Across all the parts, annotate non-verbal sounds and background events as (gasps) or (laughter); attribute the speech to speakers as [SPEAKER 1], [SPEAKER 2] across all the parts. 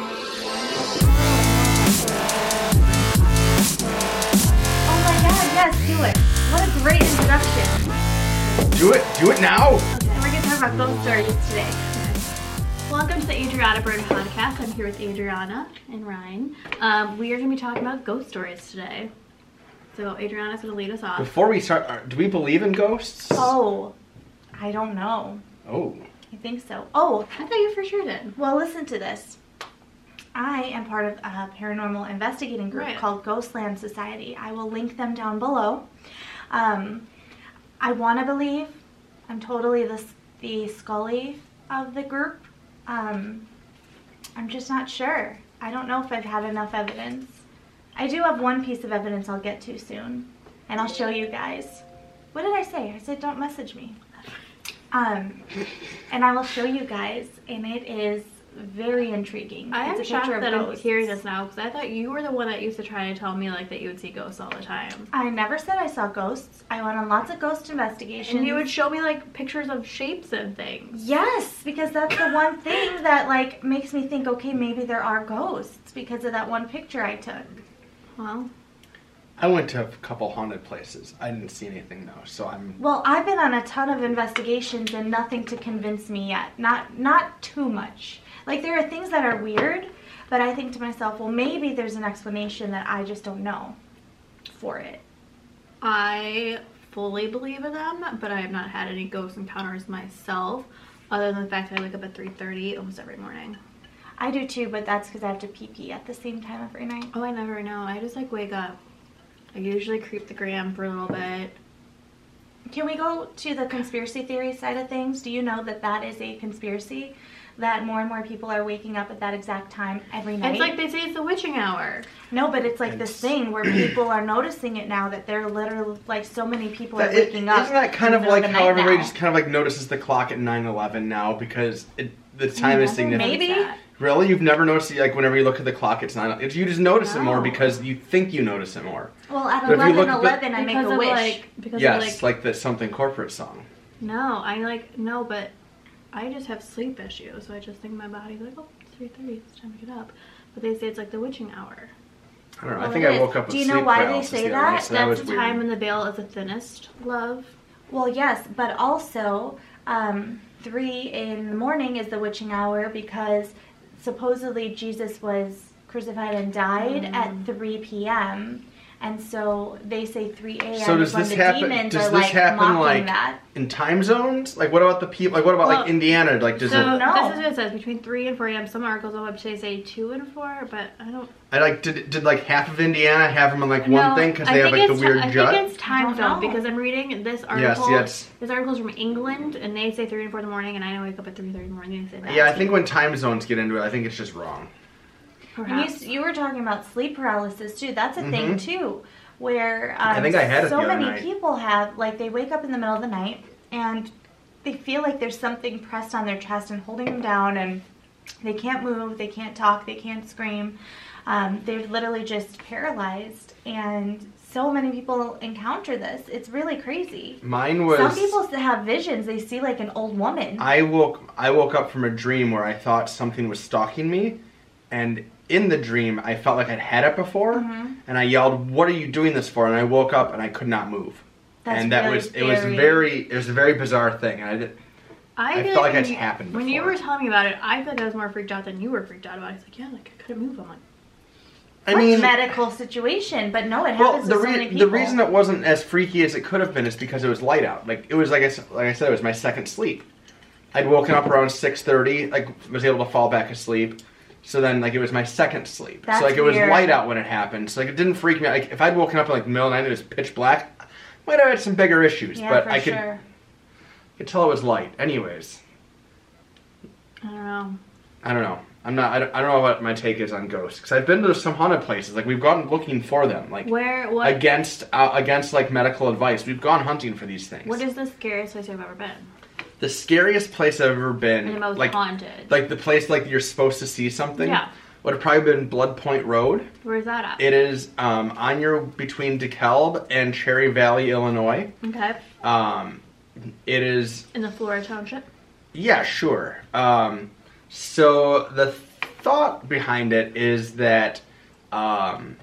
[SPEAKER 1] Oh
[SPEAKER 2] Do it. Do it now.
[SPEAKER 1] We're going to talk about ghost stories today. Welcome to the Adriana Bird Podcast. I'm here with Adriana and Ryan. Um, we are going to be talking about ghost stories today. So Adriana's going to lead us off.
[SPEAKER 2] Before we start, are- do we believe in ghosts?
[SPEAKER 3] Oh, I don't know.
[SPEAKER 2] Oh.
[SPEAKER 3] I think so. Oh,
[SPEAKER 1] I thought you for sure did.
[SPEAKER 3] well, listen to this. I am part of a paranormal investigating group
[SPEAKER 1] Right.
[SPEAKER 3] called Ghostland Society. I will link them down below. Um, I want to believe I'm totally the, s- the Scully of the group. Um, I'm just not sure. I don't know if I've had enough evidence. I do have one piece of evidence I'll get to soon, and I'll show you guys. What did I say? I said don't message me. Um, and I will show you guys, and it is very intriguing.
[SPEAKER 1] I am
[SPEAKER 3] it's a picture
[SPEAKER 1] shocked
[SPEAKER 3] of
[SPEAKER 1] that I'm
[SPEAKER 3] ghosts.
[SPEAKER 1] hearing this now because I thought you were the one that used to try to tell me like that you would see ghosts all the time.
[SPEAKER 3] I never said I saw ghosts. I went on lots of ghost investigations.
[SPEAKER 1] And you would show me like pictures of shapes and things.
[SPEAKER 3] Yes, because that's the one thing that like makes me think, okay, maybe there are ghosts because of that one picture I took.
[SPEAKER 1] Well,
[SPEAKER 2] I went to a couple haunted places. I didn't see anything though, so I'm.
[SPEAKER 3] Well, I've been on a ton of investigations and nothing to convince me yet. Not not too much. Like there are things that are weird, but I think to myself, well, maybe there's an explanation that I just don't know for it.
[SPEAKER 1] I fully believe in them, but I have not had any ghost encounters myself, other than the fact that I wake up at 3:30 almost every morning.
[SPEAKER 3] I do too, but that's because I have to pee pee at the same time every night.
[SPEAKER 1] Oh, I never know. I just like wake up. I usually creep the gram for a little bit.
[SPEAKER 3] Can we go to the conspiracy theory side of things? Do you know that that is a conspiracy? That more and more people are waking up at that exact time every night.
[SPEAKER 1] It's like they say it's the witching hour.
[SPEAKER 3] no, but it's like
[SPEAKER 2] It's-
[SPEAKER 3] this thing
[SPEAKER 2] (clears throat)
[SPEAKER 3] where people are noticing it now that they're literally like so many people are
[SPEAKER 2] That- it-
[SPEAKER 3] waking up.
[SPEAKER 2] Isn't that kind
[SPEAKER 3] in
[SPEAKER 2] of
[SPEAKER 3] the middle
[SPEAKER 2] like
[SPEAKER 3] the
[SPEAKER 2] how
[SPEAKER 3] night
[SPEAKER 2] everybody
[SPEAKER 3] now.
[SPEAKER 2] just kind of like notices the clock at 9-11 now because it, the time is
[SPEAKER 1] never
[SPEAKER 2] significant?
[SPEAKER 3] maybe?
[SPEAKER 1] that.
[SPEAKER 2] Really, you've never noticed like whenever you look at the clock, it's nine. You just notice it more
[SPEAKER 1] No.
[SPEAKER 2] because you think you notice it more.
[SPEAKER 3] Well, at
[SPEAKER 2] But if you
[SPEAKER 3] eleven
[SPEAKER 2] look at the-
[SPEAKER 3] eleven, I make
[SPEAKER 1] Because
[SPEAKER 3] a
[SPEAKER 1] of,
[SPEAKER 3] wish.
[SPEAKER 1] Like, because
[SPEAKER 2] yes,
[SPEAKER 1] of, like,
[SPEAKER 2] like, the something corporate song.
[SPEAKER 1] no, I like no, but I just have sleep issues, so I just think my body's like, oh, it's 3:30, it's time to get up. But they say it's like the witching hour.
[SPEAKER 2] I don't know. I
[SPEAKER 3] Well,
[SPEAKER 2] think
[SPEAKER 3] it
[SPEAKER 2] I
[SPEAKER 3] is.
[SPEAKER 2] woke up.
[SPEAKER 3] Do
[SPEAKER 2] with
[SPEAKER 3] you know
[SPEAKER 2] sleep
[SPEAKER 3] why they
[SPEAKER 2] paralysis
[SPEAKER 3] say
[SPEAKER 2] the other night,
[SPEAKER 3] that?
[SPEAKER 2] so that
[SPEAKER 1] That's
[SPEAKER 2] was
[SPEAKER 1] the
[SPEAKER 2] weird.
[SPEAKER 1] time when the veil is the thinnest. Love.
[SPEAKER 3] Well, yes, but also um, three in the morning is the witching hour because supposedly Jesus was crucified and died
[SPEAKER 1] Mm.
[SPEAKER 3] at three p.m. And so they say three a.m.
[SPEAKER 2] So
[SPEAKER 3] is
[SPEAKER 2] does
[SPEAKER 3] when
[SPEAKER 2] this
[SPEAKER 3] the
[SPEAKER 2] happen?
[SPEAKER 3] demons
[SPEAKER 2] Does
[SPEAKER 3] are
[SPEAKER 2] this
[SPEAKER 3] like
[SPEAKER 2] happen
[SPEAKER 3] mocking
[SPEAKER 2] like
[SPEAKER 3] that.
[SPEAKER 2] in time zones? Like what about the people? Like what about
[SPEAKER 1] Well,
[SPEAKER 2] like Indiana? Like does
[SPEAKER 1] so
[SPEAKER 2] it?
[SPEAKER 3] No.
[SPEAKER 1] this is what it says between three and four a.m. Some articles on websites say two and four, but I don't.
[SPEAKER 2] I like did did like half of Indiana have them in like one
[SPEAKER 1] No,
[SPEAKER 2] thing because
[SPEAKER 1] I
[SPEAKER 2] they have
[SPEAKER 1] think
[SPEAKER 2] like the
[SPEAKER 1] it's-
[SPEAKER 2] weird
[SPEAKER 1] I think
[SPEAKER 2] jut?
[SPEAKER 1] it's time
[SPEAKER 3] don't
[SPEAKER 1] zone
[SPEAKER 3] know.
[SPEAKER 1] because I'm reading this article.
[SPEAKER 2] yes.
[SPEAKER 1] This article's from England, and they say three and four in the morning, and I wake up at three thirty in the morning. And they say that.
[SPEAKER 2] Yeah, I think when time zones get into it, I think it's just wrong.
[SPEAKER 3] And you,
[SPEAKER 1] Perhaps.
[SPEAKER 3] s- you were talking about sleep paralysis too. That's a thing
[SPEAKER 2] Mhm.
[SPEAKER 3] too, where um,
[SPEAKER 2] I think I had it
[SPEAKER 3] so
[SPEAKER 2] the other
[SPEAKER 3] many
[SPEAKER 2] night.
[SPEAKER 3] people have like they wake up in the middle of the night and they feel like there's something pressed on their chest and holding them down, and they can't move, they can't talk, they can't scream. Um, they're literally just paralyzed, and so many people encounter this. It's really crazy.
[SPEAKER 2] Mine was
[SPEAKER 3] Some people s- have visions. They see like an old woman.
[SPEAKER 2] I woke I woke up from a dream where I thought something was stalking me, and in the dream I felt like I'd had it before,
[SPEAKER 1] Mm-hmm.
[SPEAKER 2] and I yelled, "What are you doing this for?" And I woke up and I could not move.
[SPEAKER 3] That's
[SPEAKER 2] and that
[SPEAKER 3] really
[SPEAKER 2] was it was
[SPEAKER 3] scary.
[SPEAKER 2] very it was a very bizarre thing. And I did, I
[SPEAKER 1] feel
[SPEAKER 2] felt like
[SPEAKER 1] when
[SPEAKER 2] it's
[SPEAKER 1] you-
[SPEAKER 2] happened
[SPEAKER 1] When you
[SPEAKER 2] before.
[SPEAKER 1] were telling me about it, I felt like I was more freaked out than you were freaked out about. it. It's like, yeah, like I couldn't move. I'm like,
[SPEAKER 2] I
[SPEAKER 3] What
[SPEAKER 2] mean,
[SPEAKER 3] medical situation, but no, it
[SPEAKER 2] well,
[SPEAKER 3] happens
[SPEAKER 2] the,
[SPEAKER 3] to so
[SPEAKER 2] rea-
[SPEAKER 3] many people.
[SPEAKER 2] the reason it wasn't as freaky as it could have been is because it was light out. Like it was like I s- like I said, it was my second sleep. I'd woken up around six thirty. Like was able to fall back asleep. So then, like it was my second sleep.
[SPEAKER 3] That's
[SPEAKER 2] so like it was
[SPEAKER 3] weird.
[SPEAKER 2] light out when it happened. So like it didn't freak me. out. Like if I'd woken up in like the middle of the night, and it was pitch black. Might have had some bigger issues,
[SPEAKER 3] yeah,
[SPEAKER 2] but
[SPEAKER 3] for
[SPEAKER 2] I could,
[SPEAKER 3] sure.
[SPEAKER 2] could tell it was light. Anyways,
[SPEAKER 1] I don't know.
[SPEAKER 2] I don't know. I'm not. I don't, I don't know what my take is on ghosts because I've been to some haunted places. Like we've gone looking for them. Like
[SPEAKER 1] Where? What?
[SPEAKER 2] against uh, against like medical advice. We've gone hunting for these things.
[SPEAKER 1] What is the scariest place you've ever been?
[SPEAKER 2] the scariest place I've ever been?
[SPEAKER 1] And the most
[SPEAKER 2] like
[SPEAKER 1] haunted.
[SPEAKER 2] like the place like you're supposed to see something.
[SPEAKER 1] Yeah.
[SPEAKER 2] Would have probably been Blood Point Road.
[SPEAKER 1] Where's that at?
[SPEAKER 2] It is um, on your between DeKalb and Cherry Valley, Illinois.
[SPEAKER 1] okay.
[SPEAKER 2] Um, it is
[SPEAKER 1] In the Flora Township.
[SPEAKER 2] Yeah, sure. Um, so the thought behind it is that um,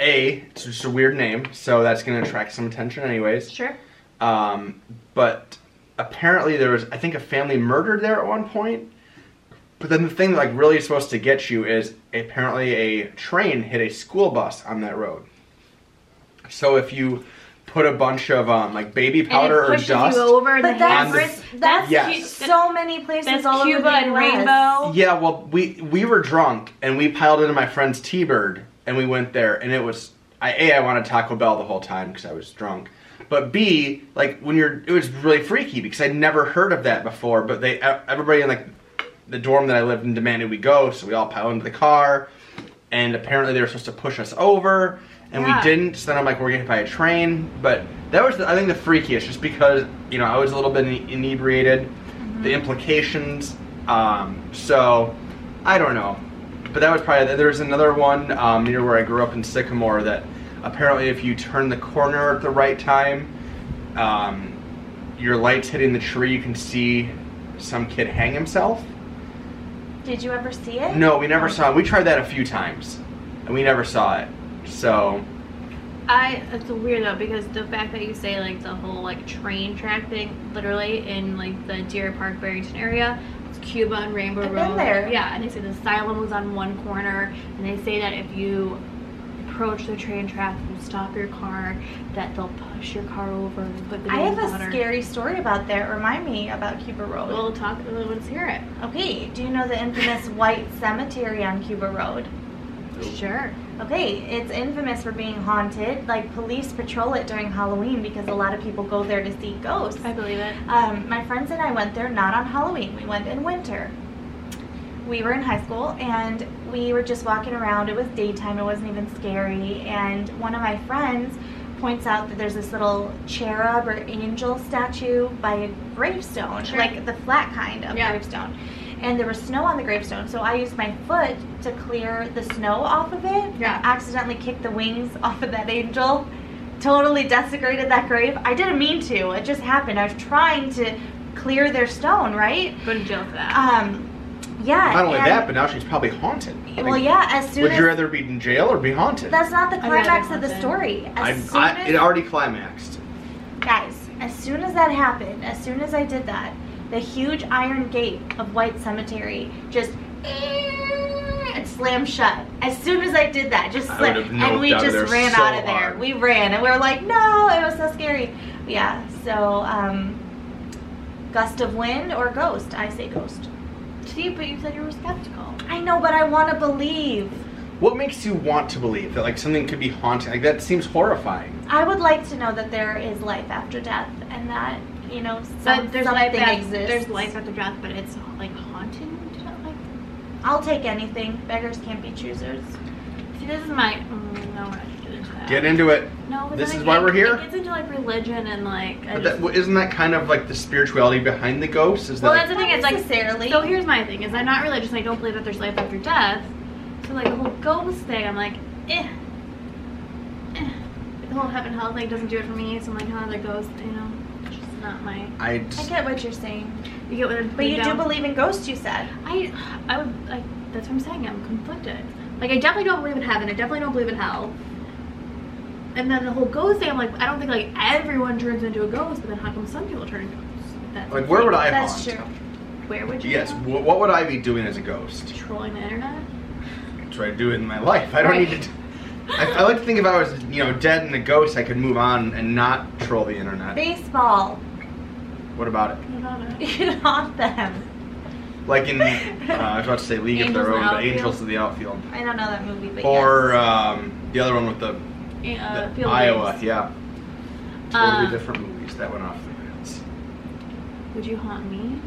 [SPEAKER 2] a it's just a weird name, so that's going to attract some attention, anyways.
[SPEAKER 1] Sure.
[SPEAKER 2] Um, but apparently there was, I think, a family murdered there at one point. But then the thing that like really is supposed to get you is apparently a train hit a school bus on that road. So if you put a bunch of um, like baby powder
[SPEAKER 1] and
[SPEAKER 2] or
[SPEAKER 1] it pushes
[SPEAKER 2] dust,
[SPEAKER 1] you over
[SPEAKER 3] But
[SPEAKER 1] the
[SPEAKER 3] that's
[SPEAKER 1] hazardous-
[SPEAKER 3] that's
[SPEAKER 2] Yes.
[SPEAKER 3] cu- so many places
[SPEAKER 1] that's
[SPEAKER 3] all
[SPEAKER 1] Cuba
[SPEAKER 3] over the
[SPEAKER 1] and
[SPEAKER 3] US.
[SPEAKER 1] Rainbow.
[SPEAKER 2] Yeah, well, we we were drunk and we piled into my friend's T-Bird and we went there and it was I a I wanted Taco Bell the whole time because I was drunk, but b like when you're it was really freaky because I'd never heard of that before. But they e- everybody in like the dorm that I lived in demanded we go, so we all piled into the car, and apparently they were supposed to push us over and
[SPEAKER 1] Yeah.
[SPEAKER 2] we didn't. So then I'm like, we're getting hit by a train, but that was the, I think the freakiest just because you know I was a little bit ine- inebriated the implications. Um, so I don't know, but that was probably there's another one um, near where I grew up in Sycamore that apparently if you turn the corner at the right time, um, your lights hitting the tree, you can see some kid hang himself.
[SPEAKER 3] Did you ever see it?
[SPEAKER 2] No, we never saw it. We tried that a few times, and we never saw it. So
[SPEAKER 1] I it's weird though because the fact that you say like the whole like train track thing, literally in like the Deer Park Barrington area, it's Cuba and Rainbow
[SPEAKER 3] I've been
[SPEAKER 1] Road.
[SPEAKER 3] there.
[SPEAKER 1] Yeah, and they say the asylum was on one corner, and they say that if you approach the train track and stop your car, that they'll push your car over and put the
[SPEAKER 3] I have a
[SPEAKER 1] water.
[SPEAKER 3] scary story about that. Remind me about Cuba Road.
[SPEAKER 1] We'll talk. Let's hear it.
[SPEAKER 3] okay, do you know the infamous White Cemetery on Cuba Road?
[SPEAKER 1] Sure.
[SPEAKER 3] Okay, it's infamous for being haunted. Like police patrol it during Halloween because a lot of people go there to see ghosts.
[SPEAKER 1] I believe it.
[SPEAKER 3] Um, my friends and I went there not on Halloween. We went in winter. We were in high school and we were just walking around. It was daytime. It wasn't even scary. And one of my friends points out that there's this little cherub or angel statue by a gravestone,
[SPEAKER 1] Sure.
[SPEAKER 3] like the flat kind of
[SPEAKER 1] Yeah.
[SPEAKER 3] gravestone. And there was snow on the gravestone, so I used my foot to clear the snow off of it.
[SPEAKER 1] Yeah.
[SPEAKER 3] Accidentally kicked the wings (laughs) off of that angel totally desecrated that grave. I didn't mean to. It just happened. I was trying to clear their stone, right?
[SPEAKER 1] Go to jail for that.
[SPEAKER 3] Um, yeah.
[SPEAKER 2] not only
[SPEAKER 3] and-
[SPEAKER 2] that, but now she's probably haunted.
[SPEAKER 3] well,
[SPEAKER 2] Like,
[SPEAKER 3] yeah. As soon
[SPEAKER 2] Would
[SPEAKER 3] as
[SPEAKER 2] you rather be in jail or be haunted?
[SPEAKER 3] that's not the
[SPEAKER 1] I'd rather
[SPEAKER 3] climax of the
[SPEAKER 1] haunted.
[SPEAKER 3] story. As
[SPEAKER 2] I,
[SPEAKER 3] soon
[SPEAKER 2] I,
[SPEAKER 3] as,
[SPEAKER 2] it already climaxed.
[SPEAKER 3] guys, as soon as that happened, as soon as I did that, the huge iron gate of White Cemetery just. It slammed shut. As soon as I did that, just
[SPEAKER 2] I
[SPEAKER 3] slammed,
[SPEAKER 2] would have
[SPEAKER 3] and we
[SPEAKER 2] noped out of
[SPEAKER 3] just
[SPEAKER 2] there
[SPEAKER 3] ran
[SPEAKER 2] so
[SPEAKER 3] out of there.
[SPEAKER 2] hard.
[SPEAKER 3] We ran, and we were like, "No, it was so scary." Yeah. So, um, gust of wind or ghost? I say ghost.
[SPEAKER 1] See, but you said you were skeptical.
[SPEAKER 3] I know, but I want to believe.
[SPEAKER 2] What makes you want to believe that like something could be haunting? Like that seems horrifying.
[SPEAKER 3] I would like to know that there is life after death, and that you know some,
[SPEAKER 1] But there's life.
[SPEAKER 3] something
[SPEAKER 1] After,
[SPEAKER 3] exists.
[SPEAKER 1] there's life after death, but it's like haunting. you know, Like
[SPEAKER 3] I'll take anything. Beggars can't be choosers.
[SPEAKER 1] See, this is my. Mm, no, we're not gonna get into that.
[SPEAKER 2] Get into it.
[SPEAKER 1] No, but
[SPEAKER 2] This
[SPEAKER 1] then
[SPEAKER 2] is
[SPEAKER 1] it
[SPEAKER 2] why
[SPEAKER 1] gets-
[SPEAKER 2] we're here?
[SPEAKER 1] It gets into like religion and like. I
[SPEAKER 2] But
[SPEAKER 1] just-
[SPEAKER 2] that, well, isn't that kind of like the spirituality behind the ghosts? Is
[SPEAKER 1] well,
[SPEAKER 2] that
[SPEAKER 1] that's the thing. It's like
[SPEAKER 3] necessarily.
[SPEAKER 1] so. Here's my thing: is I'm not religious. I don't believe that there's life after death. So like the whole ghost thing, I'm like, eh. eh. The whole heaven hell thing doesn't do it for me. So I'm like, oh, the ghost, you know, it's just not my.
[SPEAKER 2] I
[SPEAKER 3] I
[SPEAKER 2] just,
[SPEAKER 3] get what you're saying,
[SPEAKER 1] You get what I'm
[SPEAKER 3] but you do
[SPEAKER 1] down-
[SPEAKER 3] believe in ghosts. You said.
[SPEAKER 1] I, I would like. That's what I'm saying. I'm conflicted. Like I definitely don't believe in heaven. I definitely don't believe in hell. And then the whole ghost thing. I'm like, I don't think like everyone turns into a ghost, but then how come some people turn into ghosts? That's
[SPEAKER 2] like where would I
[SPEAKER 3] That's
[SPEAKER 2] haunt?
[SPEAKER 3] true.
[SPEAKER 1] Where would you?
[SPEAKER 2] Yes.
[SPEAKER 1] go?
[SPEAKER 2] wh- what would I be doing as a ghost?
[SPEAKER 1] Trolling the internet.
[SPEAKER 2] Try to do it in my life. I don't
[SPEAKER 1] Right.
[SPEAKER 2] need to. I, I
[SPEAKER 1] (gasps)
[SPEAKER 2] like to think if I was you know dead and a ghost, I could move on and not troll the internet.
[SPEAKER 3] Baseball. (laughs)
[SPEAKER 2] What about it?
[SPEAKER 1] What about it?
[SPEAKER 3] You can haunt them.
[SPEAKER 2] Like
[SPEAKER 3] (laughs)
[SPEAKER 2] in uh, I was about to say League of
[SPEAKER 1] Angels
[SPEAKER 2] Their
[SPEAKER 1] in the
[SPEAKER 2] Own, but
[SPEAKER 1] Outfield.
[SPEAKER 2] Angels of the Outfield,
[SPEAKER 3] I don't know that movie, but
[SPEAKER 2] or
[SPEAKER 3] yes.
[SPEAKER 2] um, the other one with the,
[SPEAKER 1] Yeah, uh,
[SPEAKER 2] the
[SPEAKER 1] field
[SPEAKER 2] Iowa.
[SPEAKER 1] games.
[SPEAKER 2] Yeah.
[SPEAKER 3] Uh,
[SPEAKER 2] Totally
[SPEAKER 1] Um,
[SPEAKER 2] different movies that went off the rails.
[SPEAKER 1] Would you haunt me?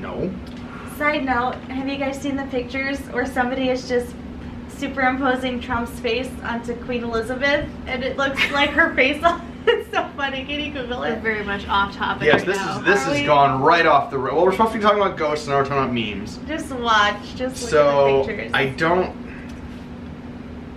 [SPEAKER 2] No. uh,
[SPEAKER 3] Side note: Have you guys seen the pictures where somebody is just superimposing Trump's face onto Queen Elizabeth, and it
[SPEAKER 2] (laughs)
[SPEAKER 3] looks like her face? on- (laughs) it's so funny. Can you Google
[SPEAKER 1] We're
[SPEAKER 3] it?
[SPEAKER 1] very much off topic.
[SPEAKER 2] Yes,
[SPEAKER 1] right
[SPEAKER 2] this
[SPEAKER 1] now.
[SPEAKER 2] is this
[SPEAKER 3] Are
[SPEAKER 2] has
[SPEAKER 3] we-
[SPEAKER 2] gone right off the rail. Well, we're supposed to be talking about ghosts, and now we're talking about memes.
[SPEAKER 3] Just watch. Just look
[SPEAKER 2] So
[SPEAKER 3] at the pictures. (laughs)
[SPEAKER 2] I don't.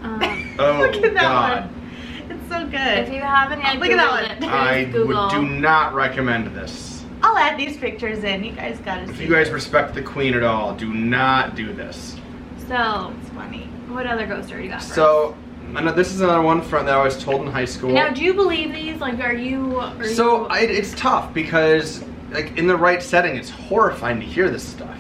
[SPEAKER 1] Um,
[SPEAKER 2] Oh
[SPEAKER 3] look at that
[SPEAKER 2] God,
[SPEAKER 3] one. It's so
[SPEAKER 1] if
[SPEAKER 3] good.
[SPEAKER 1] you haven't
[SPEAKER 2] (laughs)
[SPEAKER 1] yet,
[SPEAKER 3] Look at that
[SPEAKER 1] Googled
[SPEAKER 3] one.
[SPEAKER 1] It. Please
[SPEAKER 2] I
[SPEAKER 1] Google.
[SPEAKER 2] would do not recommend this.
[SPEAKER 3] I'll add these pictures in. You guys gotta
[SPEAKER 2] If
[SPEAKER 3] see.
[SPEAKER 2] you guys
[SPEAKER 3] this.
[SPEAKER 2] respect the queen at all, do not do this.
[SPEAKER 1] So,
[SPEAKER 3] It's funny.
[SPEAKER 1] what other ghost story you got? for us?
[SPEAKER 2] So Another, this is another one from that I was told in high school.
[SPEAKER 1] Now, do you believe these? Like, are you? Are
[SPEAKER 2] So
[SPEAKER 1] you,
[SPEAKER 2] I, it's tough because, like, in the right setting, it's horrifying to hear this stuff.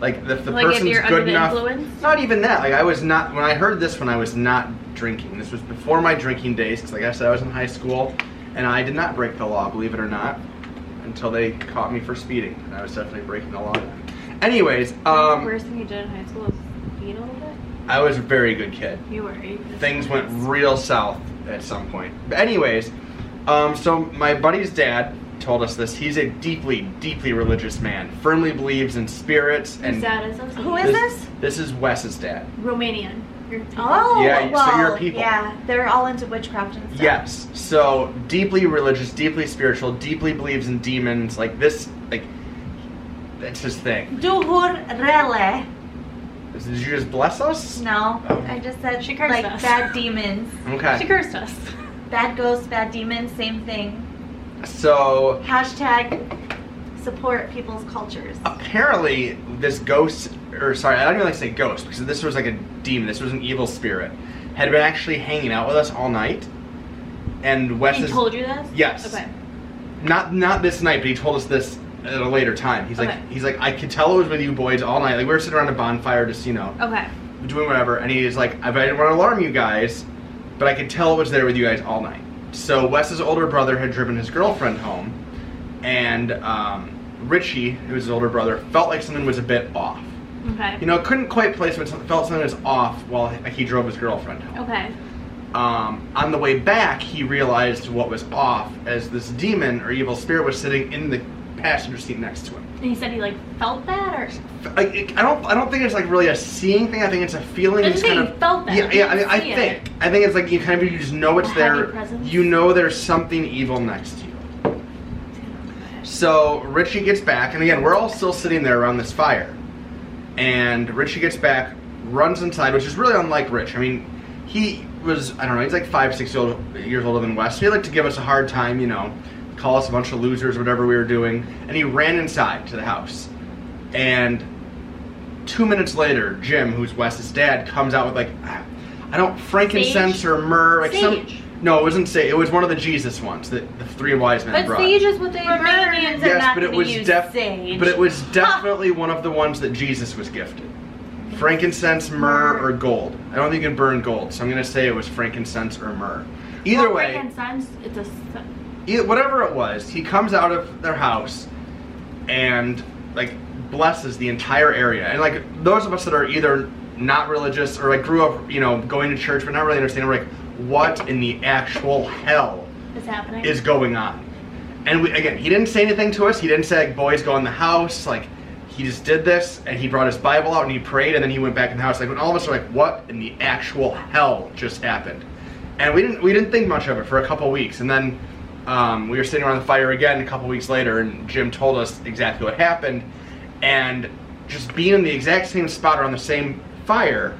[SPEAKER 2] Like, if the
[SPEAKER 1] like if
[SPEAKER 2] person's
[SPEAKER 1] you're under
[SPEAKER 2] good
[SPEAKER 1] the
[SPEAKER 2] enough.
[SPEAKER 1] influence.
[SPEAKER 2] Not even that. Like, I was not when I heard this when I was not drinking. This was before my drinking days because, like I said, I was in high school, and I did not break the law, believe it or not, until they caught me for speeding. And I was definitely breaking the law. then. Anyways,
[SPEAKER 1] the
[SPEAKER 2] um,
[SPEAKER 1] worst thing you did in high school was eat a little bit.
[SPEAKER 2] I was a very good kid.
[SPEAKER 1] You were. You just-
[SPEAKER 2] things went real south at some point. But anyways, um, so my buddy's dad told us this. He's a deeply, deeply religious man. Firmly believes in spirits and.
[SPEAKER 1] Is that is that
[SPEAKER 3] Who is
[SPEAKER 2] this,
[SPEAKER 3] this?
[SPEAKER 2] This is Wes's dad.
[SPEAKER 1] Romanian? You're-
[SPEAKER 3] Oh,
[SPEAKER 2] Yeah,
[SPEAKER 3] well,
[SPEAKER 2] so you're people.
[SPEAKER 3] yeah, they're all into witchcraft and stuff.
[SPEAKER 2] Yes. So deeply religious, deeply spiritual, deeply believes in demons. Like this, like that's his thing.
[SPEAKER 3] Duhur rele.
[SPEAKER 2] Did you just bless us?
[SPEAKER 3] No,
[SPEAKER 2] Oh.
[SPEAKER 3] I just said
[SPEAKER 1] She cursed
[SPEAKER 3] like
[SPEAKER 1] us.
[SPEAKER 3] bad demons,
[SPEAKER 2] Okay.
[SPEAKER 1] She cursed us.
[SPEAKER 3] bad ghosts, bad demons, same thing.
[SPEAKER 2] So
[SPEAKER 3] Hashtag support people's cultures.
[SPEAKER 2] Uh, apparently this ghost or sorry i don't even like to say ghost because this was like a demon this was an evil spirit had been actually hanging out with us all night and wes
[SPEAKER 1] He
[SPEAKER 2] is
[SPEAKER 1] told you this?
[SPEAKER 2] Yes.
[SPEAKER 1] Okay.
[SPEAKER 2] not not this night but he told us this at a later time he's
[SPEAKER 1] Okay.
[SPEAKER 2] like he's like i could tell it was with you boys all night like we were sitting around a bonfire just you know
[SPEAKER 1] Okay.
[SPEAKER 2] doing whatever and he's like i but I didn't want to alarm you guys but i could tell it was there with you guys all night so wes's older brother had driven his girlfriend home and um, richie who was his older brother felt like something was a bit off
[SPEAKER 1] Okay.
[SPEAKER 2] you know, couldn't quite place when something felt something was off while he- he drove his girlfriend home.
[SPEAKER 1] okay.
[SPEAKER 2] Um, on the way back, he realized what was off as this demon or evil spirit was sitting in the passenger seat next to him.
[SPEAKER 1] And he said he like felt that, or
[SPEAKER 2] F- Like, it- I don't, I don't think it's like really a seeing thing. I think it's a feeling.
[SPEAKER 1] That's
[SPEAKER 2] It's
[SPEAKER 1] the
[SPEAKER 2] kind
[SPEAKER 1] thing,
[SPEAKER 2] of
[SPEAKER 1] felt that.
[SPEAKER 2] Yeah, yeah. I, mean, I
[SPEAKER 1] See it.
[SPEAKER 2] think, I think it's like you kind of you just know it's
[SPEAKER 1] A heavy
[SPEAKER 2] there.
[SPEAKER 1] presence.
[SPEAKER 2] You know there's something evil next to you. So Richie gets back, and again, we're all still sitting there around this fire. And Richie gets back, runs inside, which is really unlike Rich. I mean, he was, I don't know, he's like five, six year old, years older than Wes. He liked to give us a hard time, you know, call us a bunch of losers, whatever we were doing. And he ran inside to the house. And two minutes later, Jim, who's Wes's dad, comes out with like, I don't, frankincense
[SPEAKER 1] Sage?
[SPEAKER 2] or myrrh. Like some,
[SPEAKER 1] Sage.
[SPEAKER 2] no, it wasn't sage. It was one of the Jesus ones that the three wise men
[SPEAKER 1] but
[SPEAKER 2] brought.
[SPEAKER 1] sage is what they
[SPEAKER 3] Remember-
[SPEAKER 1] Romanians are
[SPEAKER 2] Yes,
[SPEAKER 1] not
[SPEAKER 2] but it
[SPEAKER 1] gonna
[SPEAKER 2] was
[SPEAKER 1] use
[SPEAKER 2] def-
[SPEAKER 1] sage.
[SPEAKER 2] But it was definitely one of the ones that Jesus was gifted. Frankincense, myrrh, or gold. I don't think you can burn gold, so I'm gonna say it was frankincense or myrrh. Either
[SPEAKER 1] Well,
[SPEAKER 2] way,
[SPEAKER 1] frankincense, it's a s-
[SPEAKER 2] e- whatever it was, he comes out of their house and like blesses the entire area. And like those of us that are either not religious or like grew up, you know, going to church but not really understanding, we're like, what in the actual hell
[SPEAKER 1] is happening.
[SPEAKER 2] is going on. And we, again, he didn't say anything to us. He didn't say, like, boys, go in the house. Like, he just did this, and he brought his Bible out, and he prayed, and then he went back in the house. Like, when all of us were like, what in the actual hell just happened? And we didn't, we didn't think much of it for a couple weeks. And then um, we were sitting around the fire again a couple weeks later, and Jim told us exactly what happened. And just being in the exact same spot around the same fire,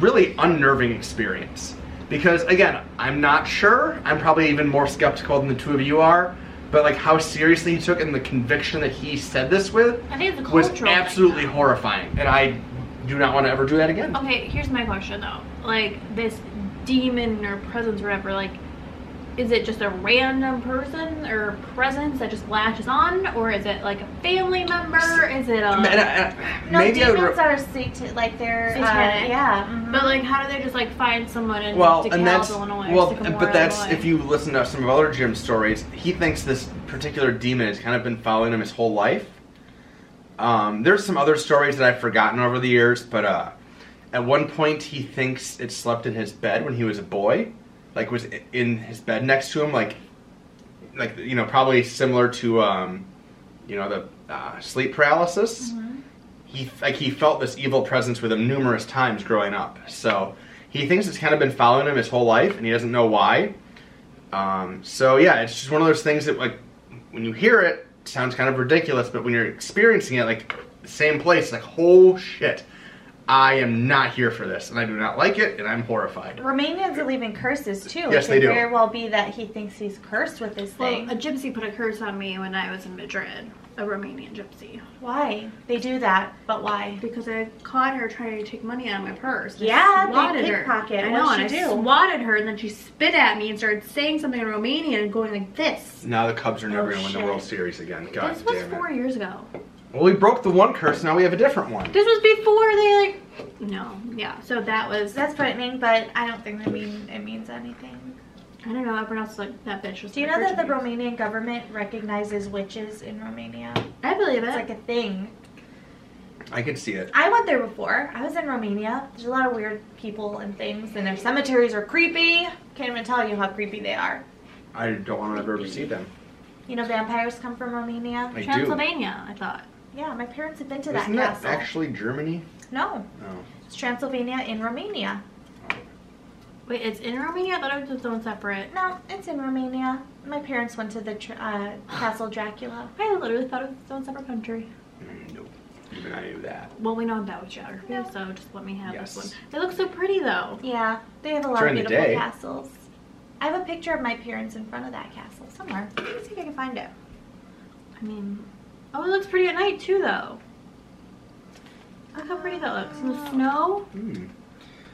[SPEAKER 2] really unnerving experience because again i'm not sure i'm probably even more skeptical than the two of you are but like how seriously he took it and the conviction that he said this with
[SPEAKER 1] I think it's a
[SPEAKER 2] was
[SPEAKER 1] cultural thing,
[SPEAKER 2] absolutely
[SPEAKER 1] though.
[SPEAKER 2] horrifying and i do not want to ever do that again
[SPEAKER 1] Okay, here's my question though. Like this demon or presence or whatever, like is it just a random person or presence that just latches on or is it like a family member? Is it um,
[SPEAKER 2] And I- and
[SPEAKER 1] a
[SPEAKER 2] I-
[SPEAKER 3] No,
[SPEAKER 2] maybe I would
[SPEAKER 3] demons
[SPEAKER 2] re-
[SPEAKER 3] are satan- like they're uh,
[SPEAKER 1] Satanic.
[SPEAKER 3] yeah. mhm.
[SPEAKER 1] But like how do they just like find someone in
[SPEAKER 2] well
[SPEAKER 1] DeKalb,
[SPEAKER 2] and that's
[SPEAKER 1] Illinois? or
[SPEAKER 2] well
[SPEAKER 1] Sycamore,
[SPEAKER 2] but that's
[SPEAKER 1] Illinois?
[SPEAKER 2] if you listen to some of other jim stories he thinks this particular demon has kind of been following him his whole life um, there's some other stories that i've forgotten over the years but uh, at one point he thinks it slept in his bed when he was a boy like was i- in his bed next to him like like you know probably similar to um, you know the uh, sleep paralysis
[SPEAKER 1] Mm-hmm.
[SPEAKER 3] Mm-hmm.
[SPEAKER 2] he like he felt this evil presence with him numerous times growing up. So he thinks it's kind of been following him his whole life, and he doesn't know why. Um, so yeah, it's just one of those things that like when you hear it, it sounds kind of ridiculous, but when you're experiencing it, like the same place, like oh shit, I am not here for this, and I do not like it, and I'm horrified.
[SPEAKER 3] Romanians believe in curses too.
[SPEAKER 2] Yes,
[SPEAKER 3] it
[SPEAKER 2] they
[SPEAKER 3] could
[SPEAKER 2] do.
[SPEAKER 3] very well be that he thinks he's cursed with his
[SPEAKER 1] Well,
[SPEAKER 3] thing.
[SPEAKER 1] a gypsy put a curse on me when I was in Madrid, a Romanian gypsy,
[SPEAKER 3] why? They do that, but why?
[SPEAKER 1] because I caught her trying to take money out of my purse. I
[SPEAKER 3] Yeah, they
[SPEAKER 1] swatted her.
[SPEAKER 3] pickpocket.
[SPEAKER 1] I know,
[SPEAKER 3] What'd
[SPEAKER 1] and
[SPEAKER 3] she
[SPEAKER 1] I
[SPEAKER 3] do?
[SPEAKER 1] swatted her, and then she spit at me and started saying something in Romanian and going like this.
[SPEAKER 2] Now the Cubs are
[SPEAKER 3] Oh,
[SPEAKER 2] never going to win
[SPEAKER 3] shit.
[SPEAKER 2] the World Series again. God
[SPEAKER 1] this was
[SPEAKER 2] damn it.
[SPEAKER 1] four years ago.
[SPEAKER 2] Well, we broke the one curse, now we have a different one.
[SPEAKER 1] This was before they like. No, yeah. So that was.
[SPEAKER 3] That's frightening, but I don't think that mean it means anything.
[SPEAKER 1] I don't know. Everyone else is like that bitch was.
[SPEAKER 3] Do you know that the
[SPEAKER 1] Romanian?
[SPEAKER 3] Romanian government recognizes witches in Romania?
[SPEAKER 1] I believe it.
[SPEAKER 3] It's like a thing.
[SPEAKER 2] I can see it.
[SPEAKER 3] I went there before. I was in Romania. There's a lot of weird people and things, and their cemeteries are creepy. Can't even tell you how creepy they are.
[SPEAKER 2] I don't want to ever see them.
[SPEAKER 3] You know, vampires come from Romania.
[SPEAKER 2] I do.
[SPEAKER 1] Transylvania, I thought.
[SPEAKER 3] Yeah, my parents have been to that
[SPEAKER 2] Isn't that
[SPEAKER 3] castle.
[SPEAKER 2] actually Germany? Oh.
[SPEAKER 3] no,
[SPEAKER 2] No.
[SPEAKER 3] it's Transylvania in Romania.
[SPEAKER 1] Wait, it's in Romania? I thought it was its own separate.
[SPEAKER 3] No, it's in Romania. My parents went to the tr- uh, Castle Dracula.
[SPEAKER 1] I literally thought it was its own separate country.
[SPEAKER 2] Mm, Nope. Even I knew that.
[SPEAKER 1] Well, we know about geography,
[SPEAKER 3] No.
[SPEAKER 1] so just let me have
[SPEAKER 2] Yes.
[SPEAKER 1] this one. They look so pretty, though.
[SPEAKER 3] Yeah, they have a lot
[SPEAKER 2] During the
[SPEAKER 3] of beautiful
[SPEAKER 2] day.
[SPEAKER 3] castles. I have a picture of my parents in front of that castle somewhere. Let me see if I can find it.
[SPEAKER 1] I mean, oh, it looks pretty at night, too, though. Look how pretty that looks. In the snow?
[SPEAKER 2] Mm.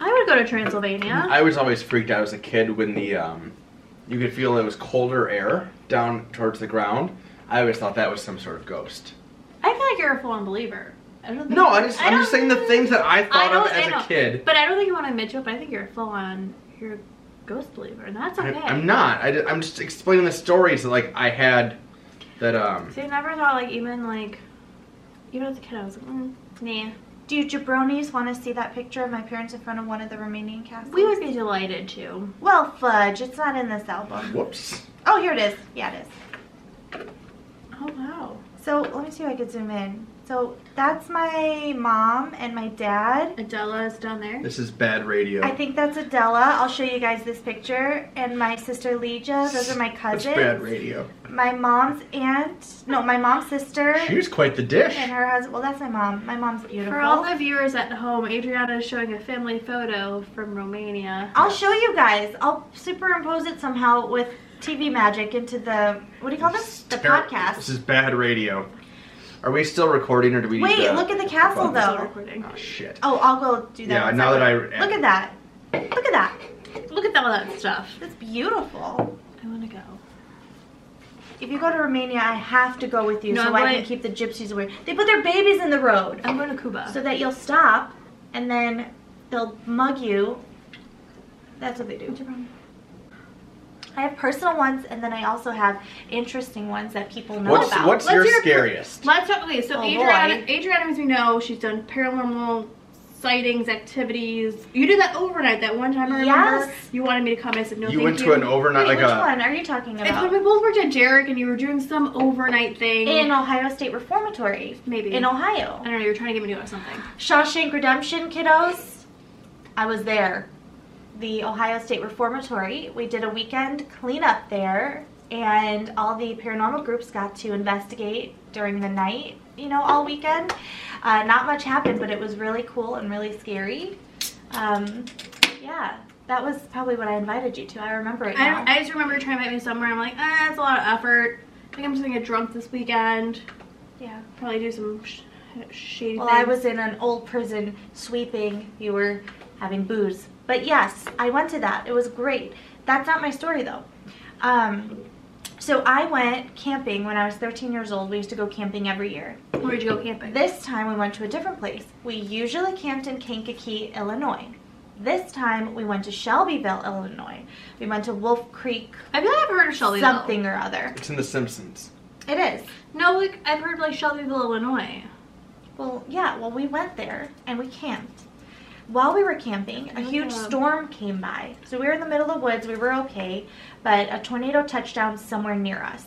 [SPEAKER 1] I would go to Transylvania.
[SPEAKER 2] I was always freaked out as a kid when the um, you could feel it was colder air down towards the ground. I always thought that was some sort of ghost.
[SPEAKER 1] I feel like you're a full-on believer. I don't think
[SPEAKER 2] No, I just,
[SPEAKER 1] I
[SPEAKER 2] I'm just
[SPEAKER 1] don't-
[SPEAKER 2] saying the things that I
[SPEAKER 1] I
[SPEAKER 2] thought
[SPEAKER 1] don't,
[SPEAKER 2] of
[SPEAKER 1] I
[SPEAKER 2] as
[SPEAKER 1] know.
[SPEAKER 2] a kid.
[SPEAKER 1] (laughs) But I don't think you want to admit to it, but I think you're a full-on, you're a ghost believer, and that's okay.
[SPEAKER 2] I, I'm not. I, am just explaining the stories that like I had. That um.
[SPEAKER 1] See, I never thought like even like even as a kid I was like, mm, nah.
[SPEAKER 3] Do you jabronis want to see that picture of my parents in front of one of the Romanian castles?
[SPEAKER 1] We would be delighted to.
[SPEAKER 3] Well, fudge, it's not in this album.
[SPEAKER 2] Whoops.
[SPEAKER 3] Oh, here it is. Yeah, it is.
[SPEAKER 1] Oh wow.
[SPEAKER 3] So let me see if I could zoom in. So that's my mom and my dad.
[SPEAKER 1] Adela is down there.
[SPEAKER 2] This is bad radio.
[SPEAKER 3] I think that's Adela. I'll show you guys this picture. And my sister Legia. Those are my
[SPEAKER 2] That's
[SPEAKER 3] cousins.
[SPEAKER 2] bad radio.
[SPEAKER 3] My mom's aunt. No, my mom's sister
[SPEAKER 2] She's quite the dish.
[SPEAKER 3] and her husband. Well, that's my mom. My mom's beautiful.
[SPEAKER 1] For all the viewers at home, Adriana is showing a family photo from Romania.
[SPEAKER 3] I'll show you guys. I'll superimpose it somehow with TV magic into the what do you call this? The
[SPEAKER 2] Ter- This
[SPEAKER 3] podcast.
[SPEAKER 2] is bad radio. Are we still recording, or do we?
[SPEAKER 3] Wait,
[SPEAKER 2] need to-
[SPEAKER 3] look at the castle,
[SPEAKER 2] button?
[SPEAKER 1] It's still
[SPEAKER 3] though.
[SPEAKER 1] recording.
[SPEAKER 2] Oh shit.
[SPEAKER 3] Oh, I'll go do that.
[SPEAKER 2] Yeah,
[SPEAKER 3] in a
[SPEAKER 2] now that I
[SPEAKER 3] second. look at that. Look at that.
[SPEAKER 1] Look at all that stuff.
[SPEAKER 3] That's beautiful.
[SPEAKER 1] I want to go.
[SPEAKER 3] If you go to Romania, I have to go with you
[SPEAKER 1] No,
[SPEAKER 3] so
[SPEAKER 1] I'm
[SPEAKER 3] I
[SPEAKER 1] going-
[SPEAKER 3] can keep the gypsies away. They put their babies in the road
[SPEAKER 1] I'm going to Cuba.
[SPEAKER 3] so that you'll stop, and then they'll mug you. That's what they do.
[SPEAKER 1] What's your problem?
[SPEAKER 3] I have personal ones, and then I also have interesting ones that people know
[SPEAKER 2] What's
[SPEAKER 3] about.
[SPEAKER 2] what's
[SPEAKER 1] Let's
[SPEAKER 2] your
[SPEAKER 1] hear-
[SPEAKER 2] scariest?
[SPEAKER 1] Let's talk. Okay, so
[SPEAKER 3] Oh,
[SPEAKER 1] Adriana,
[SPEAKER 3] boy.
[SPEAKER 1] Adriana, as we know, she's done paranormal sightings, activities. You did that overnight that one time. I remember
[SPEAKER 3] Yes.
[SPEAKER 1] you wanted me to come. I said no.
[SPEAKER 2] you
[SPEAKER 1] thank
[SPEAKER 2] went to
[SPEAKER 1] you.
[SPEAKER 2] an overnight
[SPEAKER 3] Wait,
[SPEAKER 2] like
[SPEAKER 3] which
[SPEAKER 2] a
[SPEAKER 3] one are you talking
[SPEAKER 1] It's when
[SPEAKER 3] about?
[SPEAKER 1] we both worked at Jarek and you were doing some overnight thing.
[SPEAKER 3] In Ohio State Reformatory.
[SPEAKER 1] Maybe.
[SPEAKER 3] In
[SPEAKER 1] I
[SPEAKER 3] Ohio.
[SPEAKER 1] don't know, you're trying to get me to do something.
[SPEAKER 3] Shawshank Redemption, kiddos. I was there. The Ohio State Reformatory. We did a weekend cleanup there, and all the paranormal groups got to investigate during the night, you know, all weekend. Uh, not much happened, but it was really cool and really scary. Um, yeah, that was probably what I invited you to. I remember it
[SPEAKER 1] I,
[SPEAKER 3] now.
[SPEAKER 1] don't, I just remember trying to get me somewhere. I'm like, ah, it's a lot of effort. I think I'm just gonna get drunk this weekend.
[SPEAKER 3] yeah.
[SPEAKER 1] Probably do some sh- shady
[SPEAKER 3] Well,
[SPEAKER 1] things.
[SPEAKER 3] I was in an old prison sweeping. You were having booze. But yes, I went to that. It was great. That's not my story, though. Um, so I went camping when I was 13 years old. We used to go camping every year.
[SPEAKER 1] Where did you go camping?
[SPEAKER 3] This time we went to a different place. We usually camped in Kankakee, Illinois. This time we went to Shelbyville, Illinois. We went to Wolf Creek,
[SPEAKER 1] I feel like I've heard of Shelbyville.
[SPEAKER 3] something or other.
[SPEAKER 2] It's in The Simpsons.
[SPEAKER 3] It is.
[SPEAKER 1] No, like, I've heard like Shelbyville, Illinois.
[SPEAKER 3] Well, yeah, well, we went there and we camped. While we were camping, a huge
[SPEAKER 1] Yeah.
[SPEAKER 3] storm came by. So we were in the middle of the woods, we were okay, but a tornado touched down somewhere near us.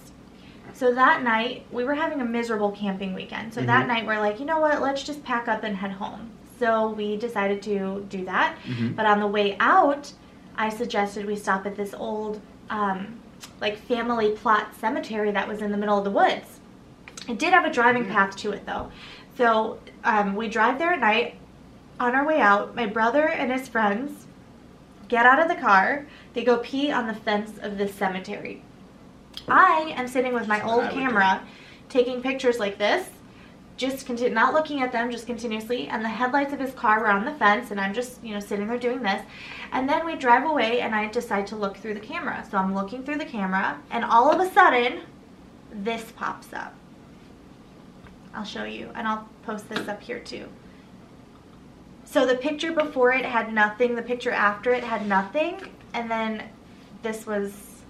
[SPEAKER 3] So that night, we were having a miserable camping weekend. So that
[SPEAKER 2] Mhm.
[SPEAKER 3] night, we're like, you know what, let's just pack up and head home. So we decided to do that.
[SPEAKER 2] Mhm.
[SPEAKER 3] But on the way out, I suggested we stop at this old, um, like, family plot cemetery that was in the middle of the woods. It did have a driving path to it though. So um, we drive there at night. on our way out, my brother and his friends get out of the car. They go pee on the fence of this cemetery. I am sitting with my
[SPEAKER 2] That's what
[SPEAKER 3] old
[SPEAKER 2] I would do.
[SPEAKER 3] camera taking pictures like this, just conti- not looking at them, just continuously. And the headlights of his car were on the fence, and I'm just, you know, sitting there doing this. And then we drive away, and I decide to look through the camera. So I'm looking through the camera, and all of a sudden, this pops up. I'll show you, and I'll post this up here too. So the picture before it had nothing, the picture after it had nothing, and then this was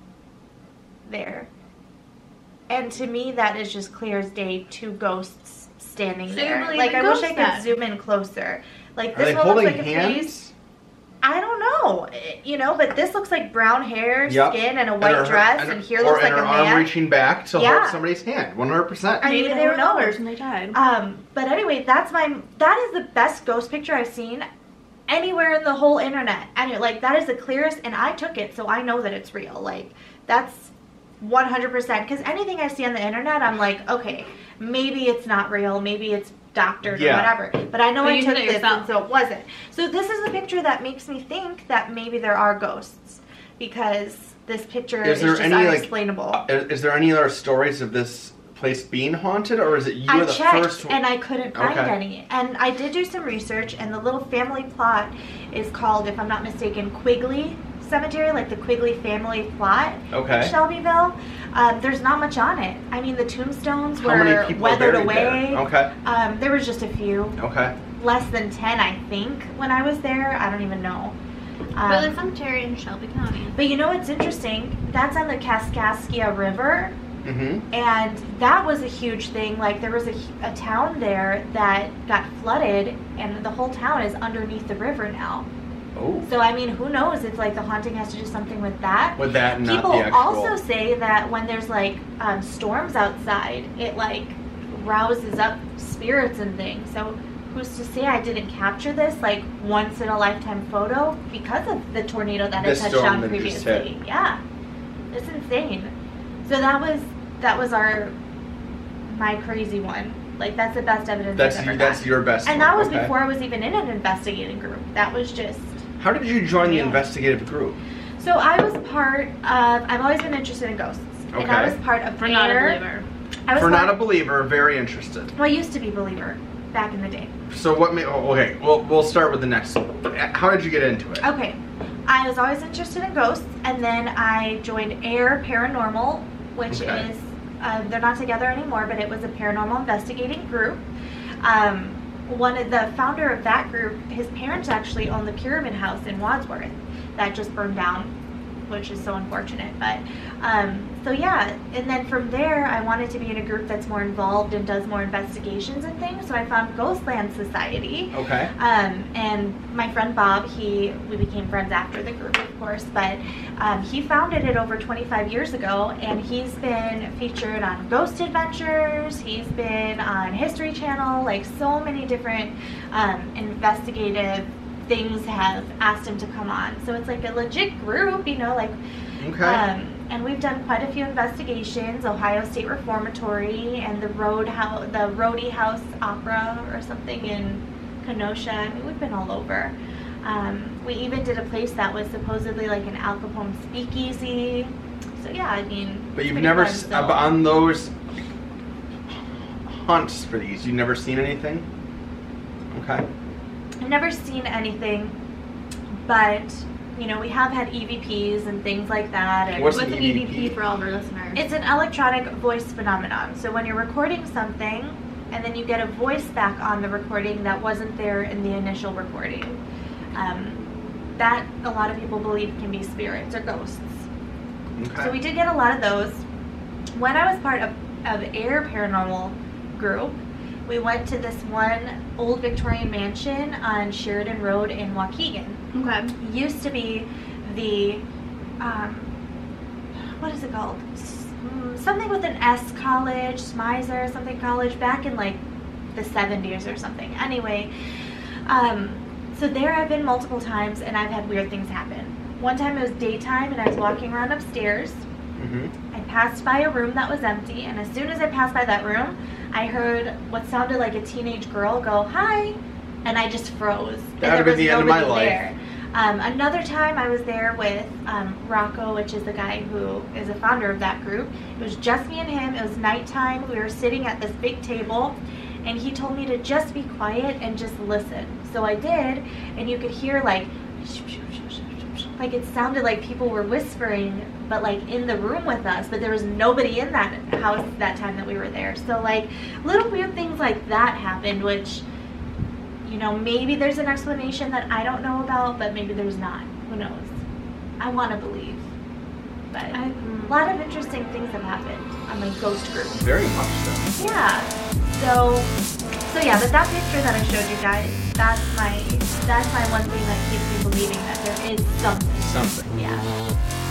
[SPEAKER 3] there. And to me, that is just clear as day two ghosts standing
[SPEAKER 1] So you
[SPEAKER 3] there.
[SPEAKER 1] believe
[SPEAKER 3] Like,
[SPEAKER 1] in
[SPEAKER 3] I wish
[SPEAKER 1] ghosts
[SPEAKER 3] I could
[SPEAKER 1] then?
[SPEAKER 3] zoom in closer. Like,
[SPEAKER 2] Are they
[SPEAKER 3] this one looks
[SPEAKER 2] holding
[SPEAKER 3] like a face.
[SPEAKER 2] hands?
[SPEAKER 3] I don't know, eh, you know, but this looks like brown hair,
[SPEAKER 2] Yep.
[SPEAKER 3] skin, and a white dress, and, here looks like
[SPEAKER 2] her
[SPEAKER 3] a
[SPEAKER 2] arm
[SPEAKER 3] man.
[SPEAKER 2] reaching back to
[SPEAKER 3] Yeah.
[SPEAKER 2] hold somebody's hand. One hundred
[SPEAKER 3] I
[SPEAKER 2] percent.
[SPEAKER 1] Maybe
[SPEAKER 3] mean,
[SPEAKER 1] they
[SPEAKER 3] who
[SPEAKER 1] were lovers
[SPEAKER 3] knows?
[SPEAKER 1] and they died.
[SPEAKER 3] Um, but anyway, that's my that is the best ghost picture I've seen anywhere in the whole internet. And like that is the clearest, and I took it, so I know that it's real. Like that's one hundred percent. Because anything I see on the internet, I'm like, okay, maybe it's not real, maybe it's doctored or
[SPEAKER 2] Yeah.
[SPEAKER 3] whatever. But I know
[SPEAKER 1] But
[SPEAKER 3] I
[SPEAKER 1] you
[SPEAKER 3] took
[SPEAKER 1] did it
[SPEAKER 3] this,
[SPEAKER 1] yourself.
[SPEAKER 3] and so it wasn't. So this is a picture that makes me think that maybe there are ghosts because this picture
[SPEAKER 2] Is
[SPEAKER 3] is,
[SPEAKER 2] there
[SPEAKER 3] just
[SPEAKER 2] any, like,
[SPEAKER 3] unexplainable.
[SPEAKER 2] Uh, Is, is there any other stories of this place being haunted, or is it you
[SPEAKER 3] I
[SPEAKER 2] are the
[SPEAKER 3] checked
[SPEAKER 2] first one?
[SPEAKER 3] and I couldn't find
[SPEAKER 2] Okay.
[SPEAKER 3] any. And I did do some research, and the little family plot is called, if I'm not mistaken, Quigley Cemetery, like the Quigley family plot in
[SPEAKER 2] okay.
[SPEAKER 3] Shelbyville. Um, there's not much on it. I mean, the tombstones
[SPEAKER 2] How many
[SPEAKER 3] were
[SPEAKER 2] people are
[SPEAKER 3] weathered
[SPEAKER 2] buried
[SPEAKER 3] away.
[SPEAKER 2] there? Okay.
[SPEAKER 3] Um, there was just a few,
[SPEAKER 2] Okay.
[SPEAKER 3] less than ten, I think, when I was there. I don't even know.
[SPEAKER 1] but
[SPEAKER 3] Um,
[SPEAKER 1] the cemetery in Shelby County.
[SPEAKER 3] but you know what's interesting? That's on the Kaskaskia River,
[SPEAKER 2] Mm-hmm.
[SPEAKER 3] and that was a huge thing like there was a, hu- a town there that got flooded and the whole town is underneath the river now
[SPEAKER 2] Oh.
[SPEAKER 3] so i mean who knows it's like the haunting has to do something with that
[SPEAKER 2] With that, and not
[SPEAKER 3] people
[SPEAKER 2] the actual.
[SPEAKER 3] also say that when there's like um, storms outside it like rouses up spirits and things so who's to say i didn't capture this like once in a lifetime photo because of the tornado that
[SPEAKER 2] This
[SPEAKER 3] had touched
[SPEAKER 2] storm
[SPEAKER 3] on
[SPEAKER 2] that just
[SPEAKER 3] previously yeah it's insane so that was that was our my crazy one like that's the best evidence
[SPEAKER 2] that's
[SPEAKER 3] I've ever
[SPEAKER 2] you, that's
[SPEAKER 3] got.
[SPEAKER 2] your best.
[SPEAKER 3] and
[SPEAKER 2] one,
[SPEAKER 3] that was
[SPEAKER 2] okay.
[SPEAKER 3] before i was even in an investigating group that was just
[SPEAKER 2] How did you join the
[SPEAKER 3] Yeah.
[SPEAKER 2] investigative group?
[SPEAKER 3] so I was part of. I've always been interested in ghosts, and I
[SPEAKER 2] Okay.
[SPEAKER 3] was part of.
[SPEAKER 1] For not a
[SPEAKER 3] AIR.
[SPEAKER 1] believer.
[SPEAKER 3] I was
[SPEAKER 2] For
[SPEAKER 3] part,
[SPEAKER 2] not a believer, very interested.
[SPEAKER 3] Well, I used to be believer back in the day.
[SPEAKER 2] So what? May, oh, okay, we'll we'll start with the next. one. Uh, How did you get into it?
[SPEAKER 3] Okay, I was always interested in ghosts, and then I joined Air Paranormal, which
[SPEAKER 2] Okay.
[SPEAKER 3] is uh, they're not together anymore, but it was a paranormal investigating group. Um, one of the founder of that group, his parents actually owned the Pyramid House in Wadsworth, that just burned down, which is so unfortunate. But um, so yeah, and then from there, I wanted to be in a group that's more involved and does more investigations and things. So I found Ghostland Society.
[SPEAKER 2] Okay.
[SPEAKER 3] Um, and my friend Bob, he we became friends after the group, of course, but um, he founded it over 25 years ago, and he's been featured on Ghost Adventures. He's been on History Channel, like so many different um, investigative things have asked him to come on. So it's like a legit group, you know, like
[SPEAKER 2] Okay.
[SPEAKER 3] um, and we've done quite a few investigations. Ohio State Reformatory and the Road House, the Roadie House Opera or something in Kenosha. I mean, we've been all over. Um, we even did a place that was supposedly like an Al Capone speakeasy. So yeah, I mean.
[SPEAKER 2] but
[SPEAKER 3] it's
[SPEAKER 2] you've
[SPEAKER 3] pretty
[SPEAKER 2] never
[SPEAKER 3] fun,
[SPEAKER 2] s-
[SPEAKER 3] so-
[SPEAKER 2] on those hunts for these. You've never seen anything. Okay.
[SPEAKER 3] I've never seen anything, but you know we have had EVPs and things like that. And
[SPEAKER 2] What's
[SPEAKER 1] What's
[SPEAKER 2] an
[SPEAKER 1] an EVP
[SPEAKER 2] EVP?
[SPEAKER 1] for all of our listeners?
[SPEAKER 3] It's an electronic voice phenomenon. So when you're recording something and then you get a voice back on the recording that wasn't there in the initial recording, um, that a lot of people believe can be spirits or ghosts.
[SPEAKER 2] Okay.
[SPEAKER 3] So we did get a lot of those. When I was part of, of Air Paranormal Group, we went to this one old Victorian mansion on Sheridan Road in Waukegan
[SPEAKER 1] okay.
[SPEAKER 3] used to be the um, what is it called S- mm, something with an s college smizer something college back in like the 70s or something anyway um, so there i've been multiple times and i've had weird things happen one time it was daytime and i was walking around upstairs
[SPEAKER 2] hmm
[SPEAKER 3] I passed by a room that was empty, and as soon as I passed by that room, I heard what sounded like a teenage girl go, Hi! and I just froze.
[SPEAKER 2] That
[SPEAKER 3] there
[SPEAKER 2] would've been the
[SPEAKER 3] was
[SPEAKER 2] end of my
[SPEAKER 3] nobody
[SPEAKER 2] life.
[SPEAKER 3] there. Um, another time I was there with um, Rocco, which is the guy who is a founder of that group. It was just me and him. It was nighttime. We were sitting at this big table, and he told me to just be quiet and just listen. So I did, and you could hear like, like it sounded like people were whispering, but like in the room with us. But there was nobody in that house that time that we were there. So like little weird things like that happened, which you know, maybe there's an explanation that I don't know about, but maybe there's not. Who knows? I want to believe. But
[SPEAKER 1] I-
[SPEAKER 3] a lot of interesting things have happened on my ghost group.
[SPEAKER 2] Very much so.
[SPEAKER 3] Yeah. So, so yeah, but that picture that I showed you guys, that's my, that's my one thing that keeps me believing that there is something.
[SPEAKER 2] Something.
[SPEAKER 3] Yeah.